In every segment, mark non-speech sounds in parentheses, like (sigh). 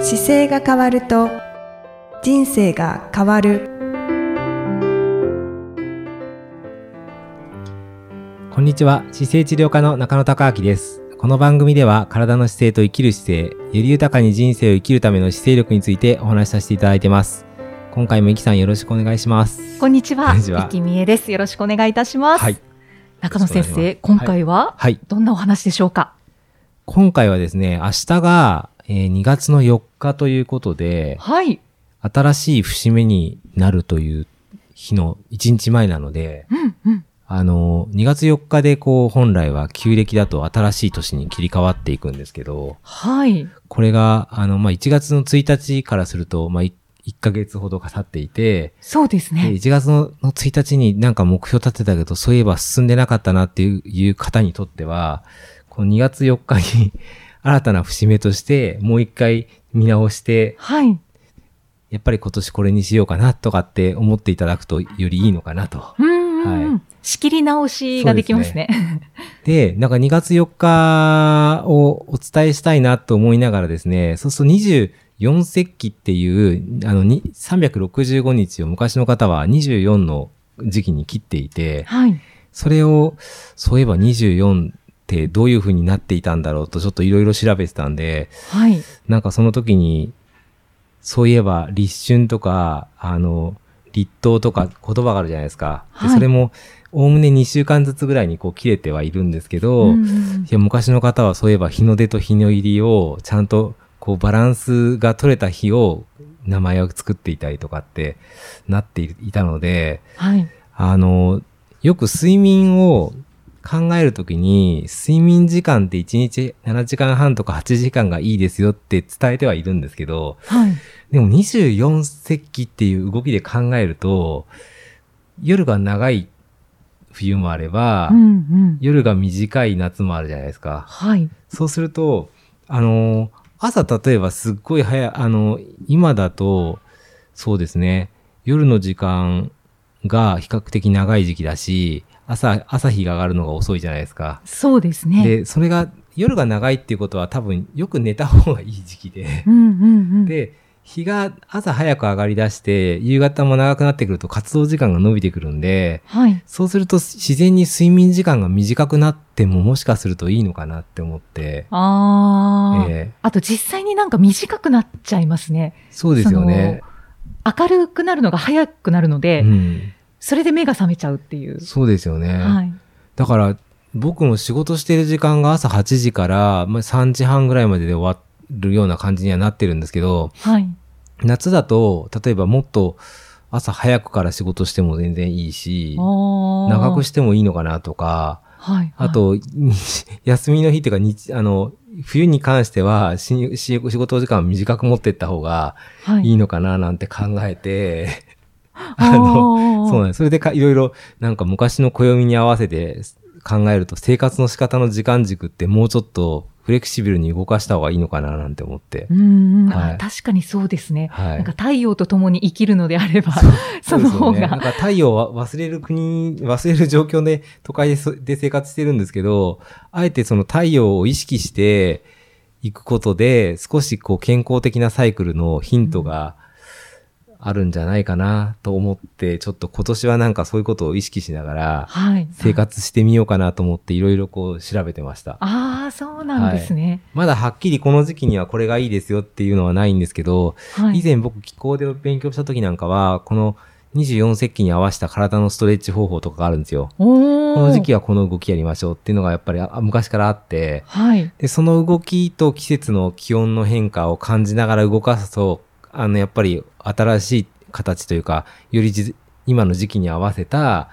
姿勢が変わると人生が変わるこんにちは姿勢治療科の中野孝明ですこの番組では体の姿勢と生きる姿勢より豊かに人生を生きるための姿勢力についてお話しさせていただいてます今回もいきさんよろしくお願いしますこんにちこは。んにちはいきみえです。よろしくお願いいたします。はい中野先よろしくお願い生し、ま今す回ははいどんなお話でしょうか。今回はですね明日が、えー2月の4日ということではい。新しい節目になるという日の1日前なのでうんうん。あの2月4日でこう本来は旧暦だと新しい年に切り替わっていくんですけどはい。これが、あの、まあ、1月の1日からすると、まあ、1ヶ月ほどが経っていて、そうですでね。 1月のの1日になんか目標立てたけど、そういえば進んでなかったなっていういう方にとっては、この2月4日に (laughs) 新たな節目として、もう一回見直して、はい。やっぱり今年これにしようかなとかって思っていただくとよりいいのかなと。うんうんうん、は仕切り直しができますね。で、なんか2月4日をお伝えしたいなと思いながらですね、そうすると24節気っていう、あの、に365日を昔の方は24の時期に切っていて、 (laughs) はい。それを、そういえば24ってどういう風になっていたんだろうとちょっといろいろ調べてたんで、はい。なんかその時に、そういえば立春とか、あの、立冬とか言葉があるじゃないですか。ではいそれも、おおむね2週間ずつぐらいにこう切れてはいるんですけど、うんいうんや昔の方はそういえば日の出と日の入りをちゃんとこうバランスが取れた日を名前を作っていたりとかってなっていたので、はい。あの、よく睡眠を考えるときに、睡眠時間って1日7時間半とか8時間がいいですよって伝えてはいるんですけど、はい。でも24節気っていう動きで考えると、夜が長い冬もあれば、うんうん。夜が短い夏もあるじゃないですか。はい。そうすると、あの、朝例えばすっごい早い、あの、今だと、そうですね、夜の時間が比較的長い時期だし、朝、朝日が上がるのが遅いじゃないですか。そうですね。で、それが、夜が長いっていうことは多分よく寝た方がいい時期でう、んうんうん。で、日が朝早く上がり出して、夕方も長くなってくると活動時間が伸びてくるんで、はい。そうすると自然に睡眠時間が短くなってももしかするといいのかなって思って、ああ、えーあと実際になんか短くなっちゃいますね。そうですよね。明るくなるのが早くなるので、うん、それで目が覚めちゃうっていう。そうですよね。はい。だから僕も仕事してる時間が朝8時から、まあ、3時半ぐらいまでで終わるような感じにはなってるんですけど、はい。夏だと例えばもっと朝早くから仕事しても全然いいし、長長くしてもいいのかなとか、はい。あと、 (laughs) 休みの日というか日、あの、冬に関しては、しし仕事時間を短く持ってった方がはい、いいのかななんて考えて、ああの、のそうなんです。それでかいろいろ、なんか昔の暦に合わせて考えると、生活の仕方の時間軸ってもうちょっとフレキシブルに動かした方がいいのかななんて思って。うんうん、はいあ確かにそうですね。はい。なんか太陽と共に生きるのであれば、そのそう方ですよね、なんが。か太陽は忘れる国、 (laughs) 忘れる状況で都会でそで生活してるんですけど、あえてその太陽を意識していくことで、少しこう健康的なサイクルのヒントがあるんじゃないかなと思って、ちょっと今年はなんかそういうことを意識しながら、はい。生活してみようかなと思っていろいろこう調べてました。ああ、そうなんですね。まだはっきりこの時期にはこれがいいですよっていうのはないんですけど、はい。以前僕気候で勉強した時なんかは、この24節気に合わせた体のストレッチ方法とかがあるんですよ。おこの時期は。はこの動きやりましょうっていうのがやっぱりあ昔からあって、はい。で、その動きと季節の気温の変化を感じながら動かすと、あの、やっぱり新しい形というか、よりじ今の時期に合わせた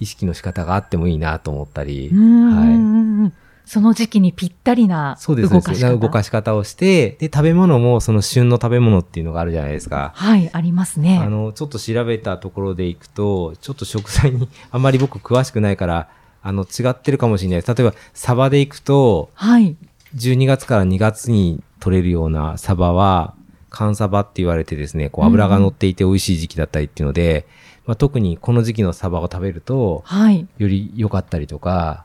意識の仕方があってもいいなと思ったり、うんうんうんその時期にぴったりなそうで動す、そうかでしす。方。動かし方をして、で、食べ物もその旬の食べ物っていうのがあるじゃないですか。はい、ありますね。あの、ちょっと調べたところでいくと、ちょっと食材に (laughs) あんまり僕詳しくないから、あの、違ってるかもしれないです。例えば、サバでいくと、はい。 12月から2月に取れるようなサバは、缶サバって言われてですね、こう油が乗っていて美味しい時期だったりっていうので、まあ、特にこの時期のサバを食べると、はい。より良かったりとか、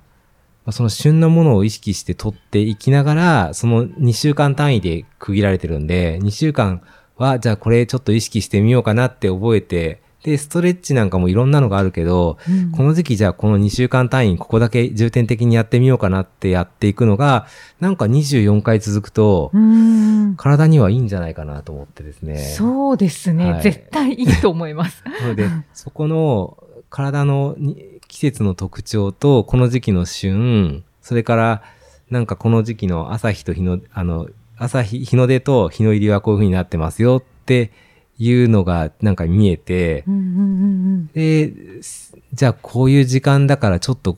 まあその旬なものを意識して取っていきながら、その2週間単位で区切られてるんで、2週間は、じゃあこれちょっと意識してみようかなって覚えて、で、ストレッチなんかもいろんなのがあるけど、うんこの時期じゃあこの2週間単位ここだけ重点的にやってみようかなってやっていくのがなんか24回続くとうん体にはいいんじゃないかなと思ってですね。そうですね、はい絶対いいと思います。なのでそこの体のに季節の特徴とこの時期の旬それからなんかこの時期の朝日と日のあの朝日日の出と日の入りはこういう風になってますよっていうのがなんか見えて、うんうんうんで、すじゃあこういう時間だからちょっと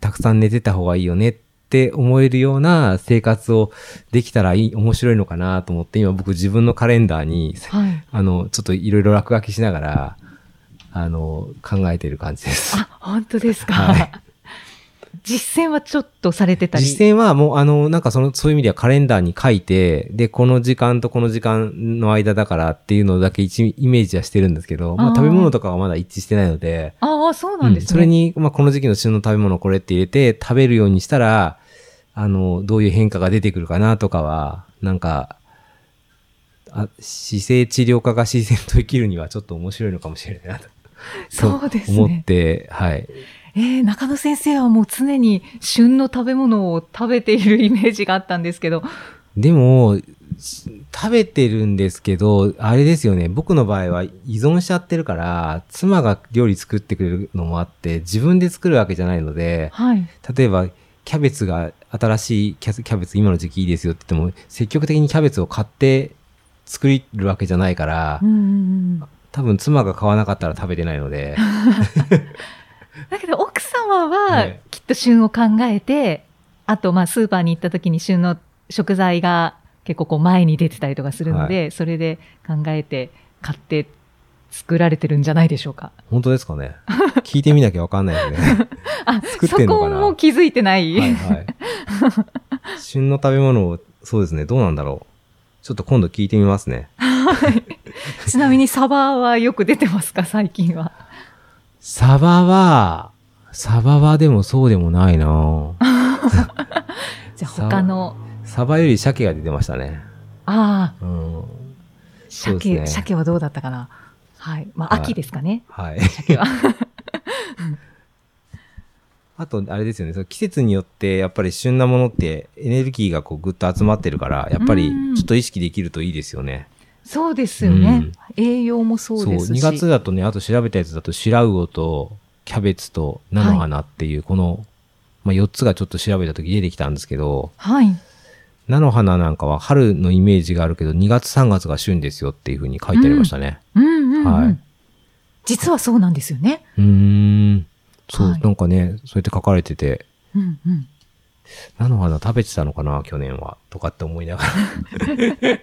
たくさん寝てた方がいいよねって思えるような生活をできたらいい、面白いのかなと思って、今僕自分のカレンダーに、うんはい。あの、ちょっといろいろ落書きしながら、あの、考えてる感じです。あ、本当ですか。はい実践はちょっとされてたり。実践はもう、あの、なんかその、そういう意味ではカレンダーに書いて、で、この時間とこの時間の間だからっていうのだけ一イメージはしてるんですけど、まああー食べ物とかはまだ一致してないので、ああ、そうなんですね。それに、まあ、この時期の旬の食べ物をこれって入れて食べるようにしたら、あの、どういう変化が出てくるかなとかは、なんか、あ姿勢治療科が自然と生きるにはちょっと面白いのかもしれないなとそうです思ねっ。て、はい。えー、中野先生はもう常に旬の食べ物を食べているイメージがあったんですけど、でも、し食べてるんですけど、あれですよね、僕の場合は依存しちゃってるから、妻が料理作ってくれるのもあって、自分で作るわけじゃないので、はい。例えばキャベツが新しいキャキャベツ今の時期いいですよって言っても積極的にキャベツを買って作るわけじゃないから、うんうんうん多分妻が買わなかったら食べてないのでだけど奥様はねきっと旬を考えて、あとまあスーパーに行った時に旬の食材が結構こう前に出てたりとかするので、それで考えて買って作られてるんじゃないでしょうか。本当ですかね聞いてみなきゃわかんないよねあ、作っそてんのこかなも気づいてない。はい (laughs) はい旬の食べ物をそうですねどうなんだろうちょっと今度聞いてみますね (laughs) ちなみにサバはよく出てますか (laughs) 最近は。サバはサバはでもそうでもないなじゃあ他の、サバより鮭が出てましたねああ、うんそうです鮭、ね鮭はどうだったかな。はい。まあはい秋ですかね。はい鮭は。 (laughs) あと、あれですよね、その季節によって、やっぱり旬なものってエネルギーがこうぐっと集まってるから、やっぱりうんちょっと意識できるといいですよね。そうですよね。栄養もそうですし。 2月だとね、あと調べたやつだと、白魚とキャベツと菜の花っていう、この、まあ、4つがちょっと調べた時出てきたんですけど、はい。菜の花なんかは春のイメージがあるけど、2月3月が旬ですよっていうふうに書いてありましたね。うんうん、うんはい実はそうなんですよね。うーん。そう、はいなんかね、そうやって書かれてて、うんうん。菜の花食べてたのかな、去年は。とかって思い (laughs) ながら。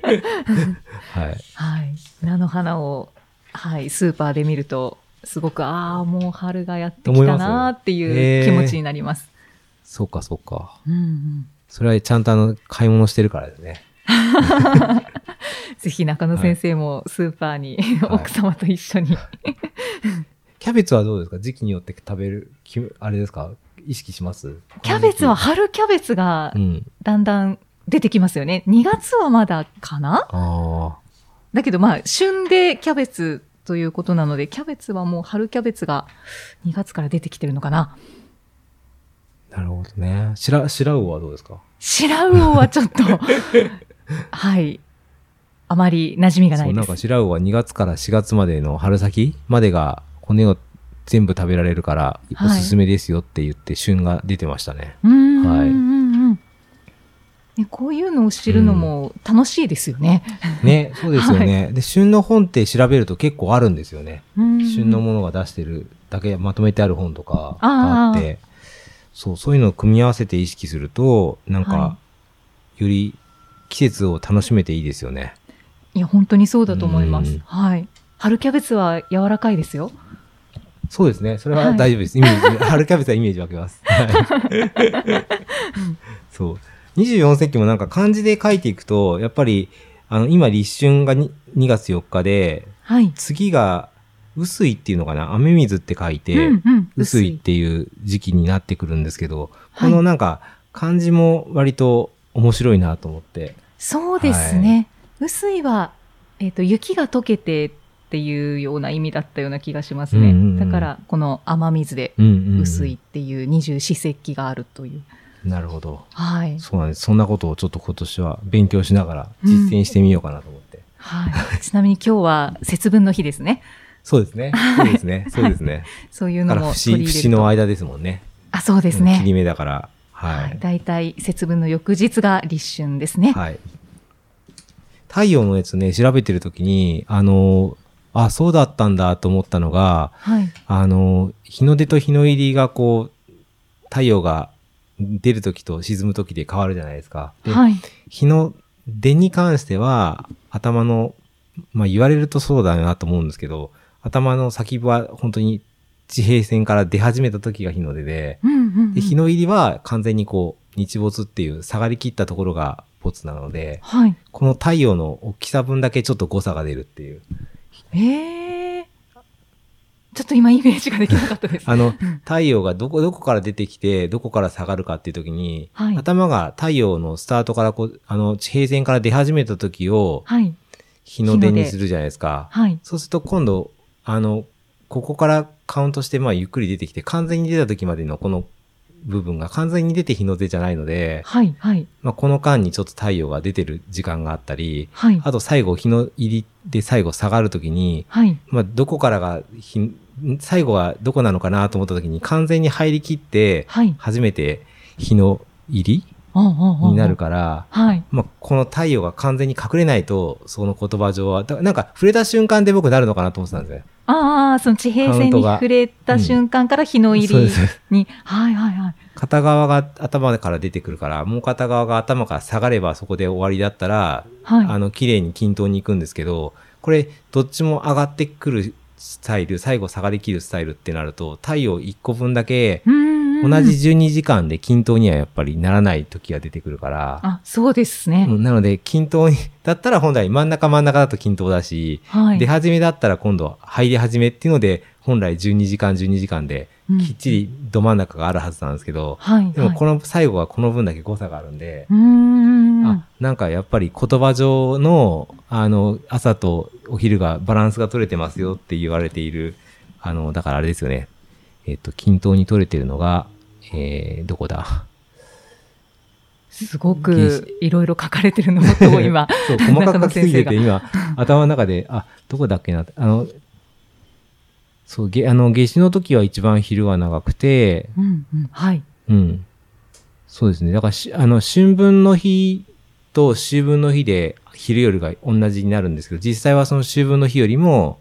はい。はい。菜の花を、はい、スーパーで見ると、すごく、ああ、もう春がやってきたなーっていう気持ちになります。そうか、そうか。うんうん。それはちゃんとあの、買い物してるからですね。ぜひ中野先生もスーパーに、はい奥様と一 (laughs) 緒に。キャベツはどうですか時期によって食べる、きあれですか意識しますキャベツは、春キャベツがうん。だんだん出てきますよね。2月はまだかなああ。だけどまあ、旬でキャベツということなので、キャベツはもう春キャベツが2月から出てきてるのかな。なるほどね。白、白魚はどうですか白魚はちょっ (laughs) と、はい。あまり馴染みがなそ、いうでなんす。か白魚は2月から4月までの春先までが骨を全部食べられるから、はいおすすめですよって言って旬が出てましたね。うんうんはいうんうんね、こういうのを知るのも楽しいですよね。ね、そうですよね。で、旬の本って調べると結構あるんですよね。うん旬のものが出してるだけまとめてある本とかがああーってそうそういうのを組み合わせて意識するとなんか、はより季節を楽しめていいですよねいや本当にそうだと思いまうんす。はい。春キャベツは柔らかいですよ。そうですねそれははい大丈夫です、イメージ (laughs) 春キャベツはイメージ湧きますはいそう24世紀もなんか漢字で書いていくとやっぱりあの今立春が 2, 2月4日ではい。次が薄いっていうのかな雨水って書いて、うんうん、薄いっていう時期になってくるんですけど、はこいのなんか漢字も割と面白いなと思って。そうですね。薄いは、えっ、と、雪が溶けてっていうような意味だったような気がしますうんね。うんうんだから、この雨水でうんうんうん薄いっていう二十四節気があるという。なるほど。はい。そうなんです。そんなことをちょっと今年は勉強しながら実践してみようかなと思って。はい。ちなみに今日は節分の日ですね。そうです (laughs) ね。そうですね。そうですね。そういうだのからも節取り入れ節るのと。間ですもんね。あ、そうですうん切りね。目だから。ははいい。大体節分の翌日が立春ですね。はい。太陽のやつね、調べてるときに、あの、あ、そうだったんだと思ったのが、はい。あの、日の出と日の入りがこう、太陽が出るときと沈むときで変わるじゃないですか。ではい。日の出に関しては、頭の、まあ言われるとそうだなと思うんですけど、頭の先は本当に地平線から出始めた時が日の出で、うんうんうんで日の入りは完全にこう、日没っていう下がりきったところが没なので、はい。この太陽の大きさ分だけちょっと誤差が出るっていう。えー。ちょっと今イメージができなかったです。あの、太陽がどこ、どこから出てきて、どこから下がるかっていう時に、はい頭が太陽のスタートからこう、あの、地平線から出始めた時をはい。日の出日のに出するじゃないですか。はい。そうすると今度、あの、ここからカウントして、まあ、ゆっくり出てきて、完全に出た時までのこの部分が完全に出て日の出じゃないので、はい。はい。まあ、この間にちょっと太陽が出てる時間があったり、はい。あと最後、日の入りで最後下がる時に、はい。まあ、どこからが日ん、最後はどこなのかなと思った時に完全に入りきって、はい。初めて日の入りにになる。から、はい。まあ、この太陽が完全に隠れないと、その言葉上は、だなんか触れた瞬間で僕なるのかなと思ってたんですね。ああ、その地平線に触れた瞬間から日の入そうでりす。に。はいはいはい。片側が頭から出てくるから、もう片側が頭から下がればそこで終わりだったら、はあい。の、綺麗に均等に行くんですけど、これ、どっちも上がってくるスタイル、最後下がりきるスタイルってなると、太陽1個分だけ、同同じ12時間で均等にはやっぱりならない時が出てくるから、あ、そうですね。うんなので均等に、だったら本来真ん中真ん中だと均等だし、はい。出始めだったら今度は入り始めっていうので、本来12時間12時間でうんきっちりど真ん中があるはずなんですけど、はい。でもこの、の最後はこの分だけ誤差があるんで、うーん。あなんかやっぱり言葉上のあの朝とお昼がバランスが取れてますよって言われているあのだからあれですよねえっと均等に取れてるのが、えー、どこだすごくいろいろ書かれてるのと (laughs) 今。 (laughs) そう細かく書きすぎてて (laughs) 中今頭の中であどこだっけなあのそうげあの夏至の時は一番昼が長くてうんうんはい。うんそうですねだからしあの春分の日と秋分の日で昼夜が同じになるんですけど実際はその秋分の日よりも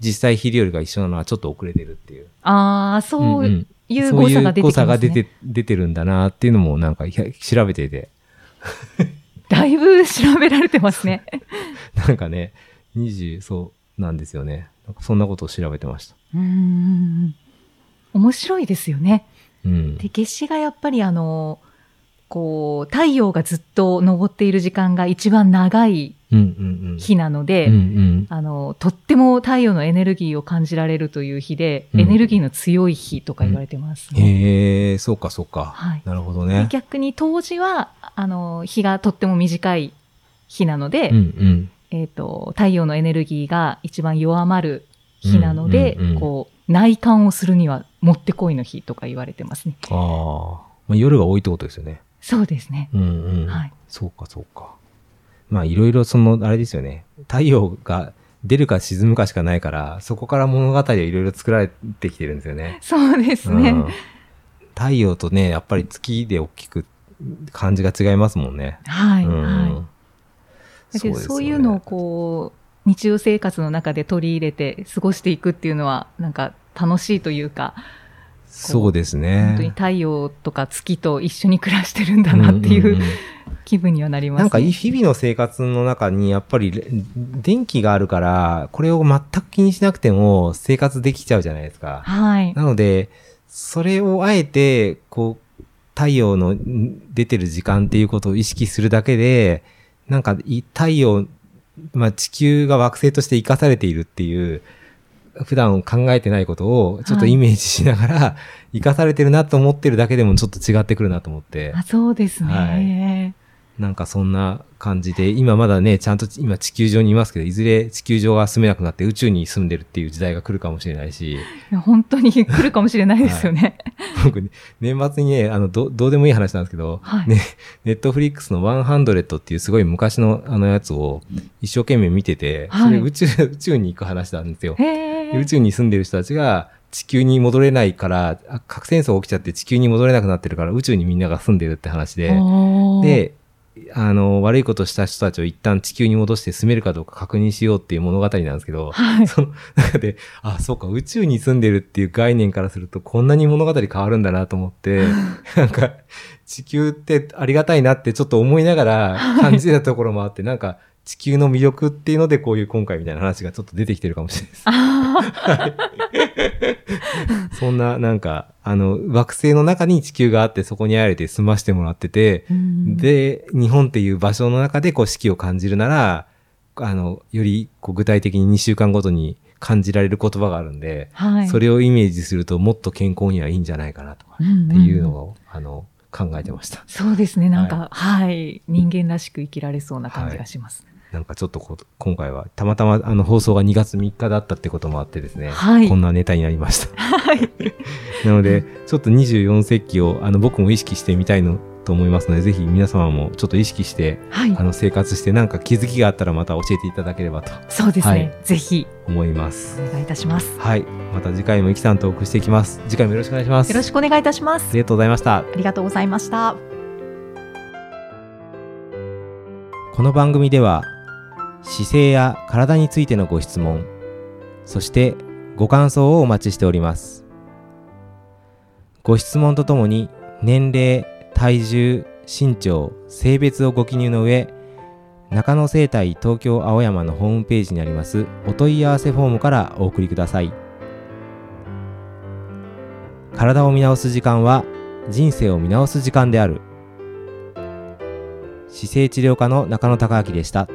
実際昼夜が一緒なのはちょっと遅れてるっていうああ、そうんんいう誤差そうが出てきますね。いう誤差が出て出てるんだなっていうのもなんかいや調べててだいぶ調べられてますね。なんかね、20、そうなんですよね。なんかそんなことを調べてました。うーん。面白いですよね。うん。で夏至がやっぱりあのこう太陽がずっと昇っている時間が一番長いうんうんうん。日なので、うんうん。あのとっても太陽のエネルギーを感じられるという日で、うんエネルギーの強い日とか言われてますね、へえー、そうかそうか。はいなるほどでね。逆に冬至はあの日がとっても短い日なので、うんうん。えー、と太陽のエネルギーが一番弱まる日なので、うんうんうんこう内観をするにはもってこいの日とか言われてますね。ああ。まあ、夜が多いってことですよね。そうですね。うんうん。はい、そうかそうか。まあいろいろその、あれですよね。太陽が出るか沈むかしかないから、そこから物語をいろいろ作られてきてるんですよね。そうですね。うん太陽とね、やっぱり月で大きく感じが違いますもんね。はい、うんはい。だけどそういうのをこう日常生活の中で取り入れて過ごしていくっていうのはなんか楽しいというか、そうです本当にね。太陽とか月と一緒に暮らしてるんだなっていう,、んんん気分にはなります、ね。なんか日々の生活の中にやっぱりれ電気があるから、これを全く気にしなくても生活できちゃうじゃないですか。はい。なので、それをあえて、こう、太陽のん出てる時間っていうことを意識するだけで、なんかい太陽、まあ、地球が惑星として生かされているっていう普段考えてないことをちょっとイメージしながら、生かされてるなと思ってるだけでもちょっと違ってくるなと思ってあ、そうですね。なんかそんな感じで今まだねちゃんと今地球上にいますけどいずれ地球上が住めなくなって宇宙に住んでるっていう時代が来るかもしれないしい、や本当に来るかもしれないですよね。僕、ね、年末にねあのどどうでもいい話なんですけど、はいね、ネットフリックスの100っていうすごい昔のあのやつを一生懸命見てて、はいそれ宇宙宇宙に行く話なんですよ。へで宇ー宙に住んでる人たちが地球に戻れないからあ核戦争が起きちゃって地球に戻れなくなってるから宇宙にみんなが住んでるって話でおーであの悪いことした人たちを一旦地球に戻して住めるかどうか確認しようっていう物語なんですけど、はいその中であそうか宇宙に住んでるっていう概念からするとこんなに物語変わるんだなと思 (laughs) ってなんか地球ってありがたいなってちょっと思いながら感じたところもあって、なんか地球の魅力っていうのでこういう今回みたいな話がちょっと出てきてるかもしれないです。あ (laughs) そんな、なんか、あの、惑星の中に地球があって、そこにあえて住ましてもらってて、ーうんで、日本っていう場所の中で、こう、四季を感じるなら、あの、より、こう、具体的に2週間ごとに感じられる言葉があるんで、はい、それをイメージすると、もっと健康にはいいんじゃないかなとか、っていうのを、あの、考えてました。そうですね、なんか、はい、人間らしく生きられそうな感じがします。なんかちょっとこう、今回は、たまたま、あの、放送が2月3日だったってこともあってですね、はいこんなネタになりました。 (laughs) はい、 (laughs) なので、ちょっと24世紀をあの僕も意識してみたいのと思いますので、ぜひ皆様もちょっと意識して、はいあ、の生活して、なんか気づきがあったらまた教えていただければとそうですね、はいぜひ思います。お願いいたします。はい。また次回もイキさんとお送りしていきます。次回もよろしくお願いします。よろしくお願いいたしまあす。りがとうございました。ありがとうございました。この番組では姿勢や体についてのご質問そしてご感想をお待ちしておりますご質問とともに年齢体重身長性別をご記入の上中野生態東京青山のホームページにありますお問い合わせフォームからお送りください体を見直す時間は人生を見直す時間である姿勢治療科の中野孝明でした。